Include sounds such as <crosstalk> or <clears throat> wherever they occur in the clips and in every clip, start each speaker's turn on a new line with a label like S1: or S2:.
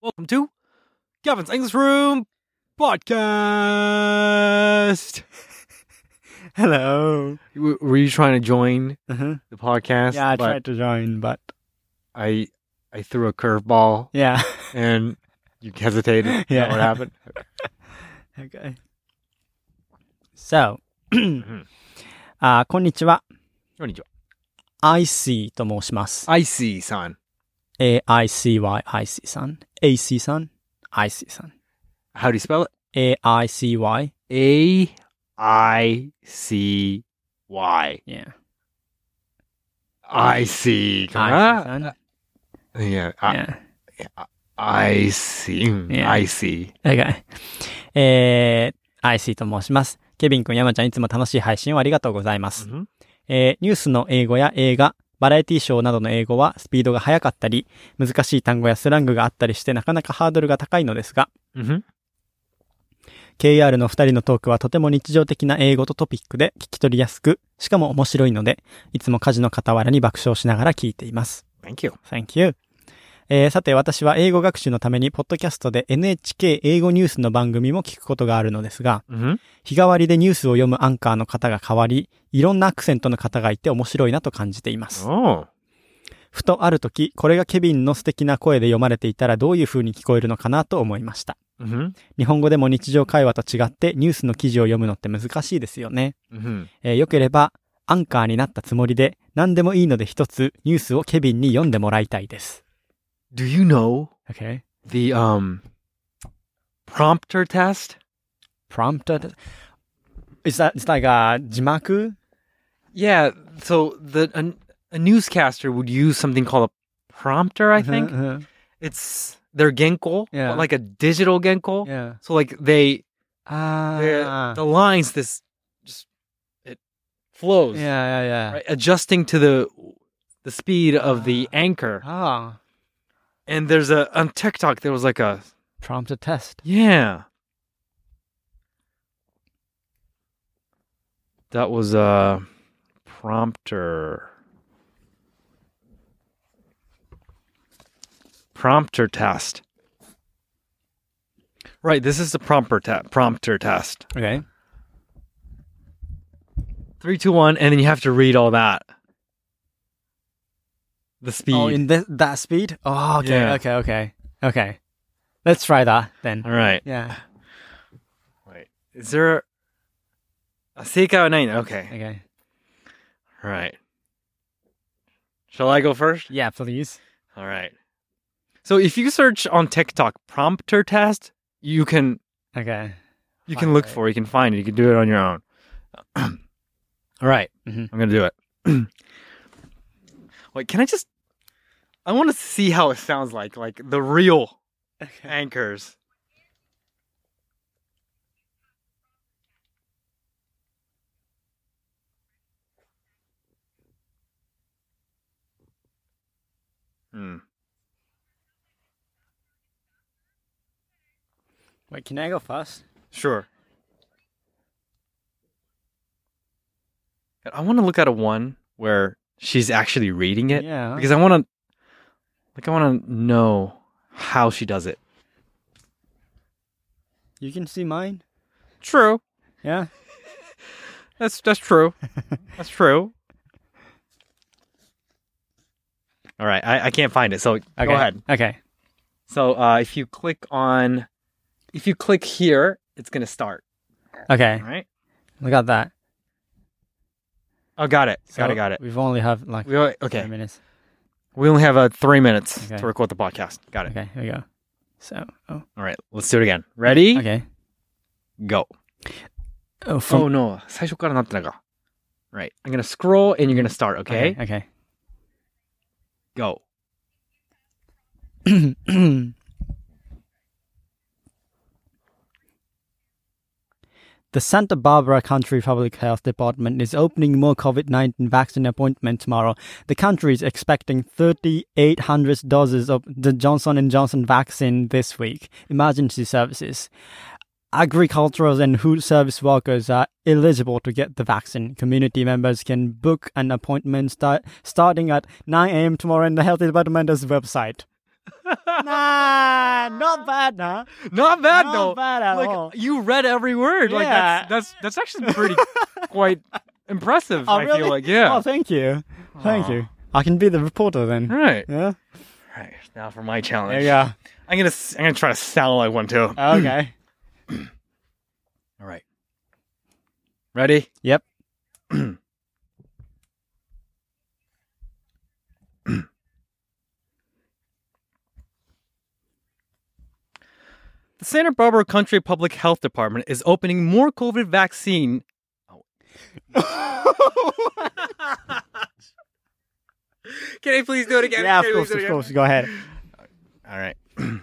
S1: welcome to Gavin's English Room Podcast.
S2: Hello.
S1: W- Were you trying to join
S2: Uh-huh.
S1: the podcast?
S2: Yeah, I
S1: But
S2: tried to join, but
S1: I I threw a <laughs> curveball
S2: yeah.
S1: and you hesitated. Is that
S2: Yeah.
S1: what happened?
S2: <laughs> okay. So, <clears throat> あーこんにちは。IC と申します。
S1: I see, son.
S2: AICY、IC さん。AC さん。IC さん。
S1: How do you spell it?
S2: AICY。
S1: A I C Y.
S2: Yeah.
S1: I see.
S2: IC さん。
S1: Yeah. I,
S2: Yeah.
S1: I see. Mm,
S2: Yeah.
S1: I see.
S2: Okay. えー、IC と申します。ケビン君、山ちゃん、いつも楽しい配信をありがとうございます。
S1: Mhm.
S2: えーニュースの英語や映画、バラエティショーなどの英語はスピードが速かったり、難しい単語やスラングがあったりしてなかなかハードルが高いのですが、
S1: Mhm.
S2: KR の二人のトークはとても日常的な英語とトピックで聞き取りやすく、しかも面白いので、いつも家事の傍らに爆笑しながら聞いています。
S1: Thank you.
S2: Thank you. えーさて、私は英語学習のために、ポッドキャストで NHK 英語ニュースの番組も聞くことがあるのですが、
S1: Mhm.
S2: 日替わりでニュースを読むアンカーの方が変わり、いろんなアクセントの方がいて面白いなと感じています。
S1: Oh.
S2: ふとある時、これがケビンの素敵な声で読まれていたらどういう風に聞こえるのかなと思いました。
S1: Mhm.
S2: 日本語でも日常会話と違ってニュースの記事を読むのって難しいですよね。
S1: Mhm.
S2: えー良ければ、アンカーになったつもりで、何でもいいので一つニュースをケビンに読んでもらいたいです。
S1: Do you know
S2: Okay.
S1: the um prompter test?
S2: Prompted. Is that, it's like a 字幕
S1: Yeah, so the a, a newscaster would use something called a prompter, I think.
S2: Uh-huh,
S1: It's their Genko,
S2: Yeah.
S1: but like a digital Genko.
S2: uh-huh. Yeah.
S1: So like they they're-
S2: Ah.
S1: the lines this just it flows.
S2: Yeah, yeah, yeah.
S1: Right? Adjusting to the the speed of the anchor.
S2: Ah.
S1: And there's a on TikTok there was like a
S2: Prompted test.
S1: Yeah. That was a prompter. Prompter test. Right, this is the prompter ta- prompter test.
S2: Okay.
S1: Three, two, one, and then you have to read all that. The speed.
S2: Oh, in this, that speed? Oh, okay,
S1: Yeah.
S2: okay, okay, okay. Let's try that then.
S1: all right.
S2: Yeah.
S1: Wait. Is there a Seiko nine? Okay.
S2: Okay.
S1: All right. Shall I go first?
S2: Yeah, please.
S1: All right. So if you search on TikTok prompter test, you can
S2: Okay.
S1: you
S2: Find
S1: can look
S2: it.
S1: for, it, you can find it, you can do it on your own. All right.
S2: Mhm.
S1: I'm going to do it. <clears throat> Wait, can I just I want to see how it sounds like like the real anchors. Hmm.
S2: Wait, can I go first?
S1: Sure. I want to look at a one where she's actually reading it
S2: yeah.
S1: because I want to, like, I want to know how she does it.
S2: you can see mine.
S1: True.
S2: Yeah.
S1: That's that's <laughs> true. that's true. All right, I, I can't find it, so
S2: Okay.
S1: go ahead.
S2: Okay.
S1: So uh, if you click on, if you click here, it's gonna start.
S2: Okay.
S1: All right.
S2: Look at that.
S1: Oh, got it. got
S2: So
S1: it. Got it.
S2: We've only have like
S1: We al-
S2: three
S1: okay.
S2: minutes.
S1: We only have uh, three minutes
S2: Okay.
S1: to record the podcast. Got it.
S2: Okay. Here we go. So. Oh.
S1: All right, let's do it again. Ready?
S2: Okay.
S1: Go.
S2: Oh. From,
S1: Oh no, 最初からなってないか。Right. I'm gonna scroll and you're gonna start, okay?
S2: Okay. okay.
S1: Go.
S2: <clears throat> the Santa Barbara County Public Health Department is opening more COVID 19 vaccine appointments tomorrow. The country is expecting 3,800 doses of the Johnson & Johnson vaccine this week. Emergency services. Agricultural and food service workers are eligible to get the vaccine. Community members can book an appointment start, starting at 9 a.m. tomorrow on the Health Department's website. nah, not bad, nah.
S1: Not bad
S2: Not
S1: though.
S2: bad at
S1: like
S2: all.
S1: you read every word. Like
S2: Yeah.
S1: that's that's that's actually
S2: <laughs>
S1: pretty quite impressive.
S2: Oh,
S1: I
S2: really?
S1: feel like yeah.
S2: Oh, thank you. Thank
S1: Aw. Hmm?
S2: you. I can be the reporter then.
S1: right.
S2: Yeah.
S1: Right. Now for my
S2: There
S1: challenge.
S2: you go.
S1: I'm gonna s- I'm gonna try to sound like one too. <laughs>
S2: Okay.
S1: All right. Ready?
S2: yep.
S1: <clears throat> The Santa Barbara Country Public Health Department is opening more COVID vaccine. Can I please do it again?
S2: yeah, of
S1: Can I
S2: course,
S1: please do it
S2: of
S1: again?
S2: course. Go
S1: Oh.
S2: ahead.
S1: All right. <clears throat>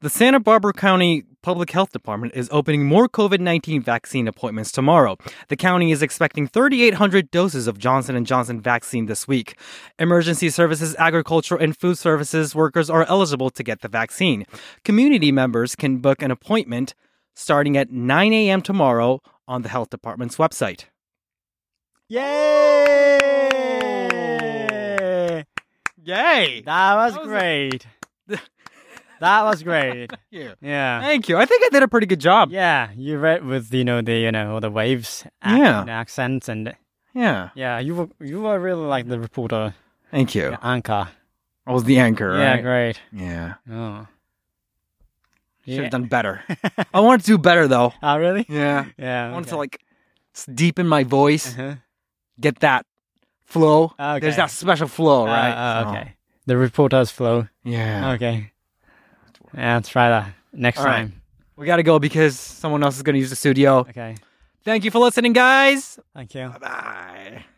S1: the Santa Barbara County Public Health Department is opening more COVID 19 vaccine appointments tomorrow. The county is expecting 3,800 doses of Johnson & Johnson vaccine this week. Emergency services, agriculture, and food services workers are eligible to get the vaccine. Community members can book an appointment starting at 9 a.m. tomorrow on the health department's website.
S2: Yay!
S1: Yay!
S2: That was
S1: That was a- <laughs>
S2: great. that was great.
S1: Yeah.
S2: Yeah.
S1: Thank you. I think I did a pretty good job.
S2: Yeah, you read with you know the you know all the waves, ac-
S1: Yeah.
S2: and accents, and
S1: Yeah.
S2: yeah, you were you were really like the reporter
S1: Thank you.
S2: the anchor.
S1: I was the anchor,
S2: Yeah,
S1: right?
S2: great.
S1: Yeah.
S2: Oh,
S1: Should have
S2: Yeah.
S1: done
S2: <laughs>
S1: better. I wanted to do better though.
S2: oh really?
S1: Yeah.
S2: Yeah,
S1: I wanted
S2: okay.
S1: to like s- deepen my voice,
S2: Uh-huh.
S1: get that flow.
S2: Okay.
S1: There's that special flow,
S2: Uh,
S1: right?
S2: uh,
S1: So,
S2: okay. The reporter's flow.
S1: Yeah.
S2: Okay. Yeah, let's try that next
S1: All right.
S2: time.
S1: We got to go because someone else is going to use the studio.
S2: Okay.
S1: Thank you for listening, guys.
S2: Thank you.
S1: Bye.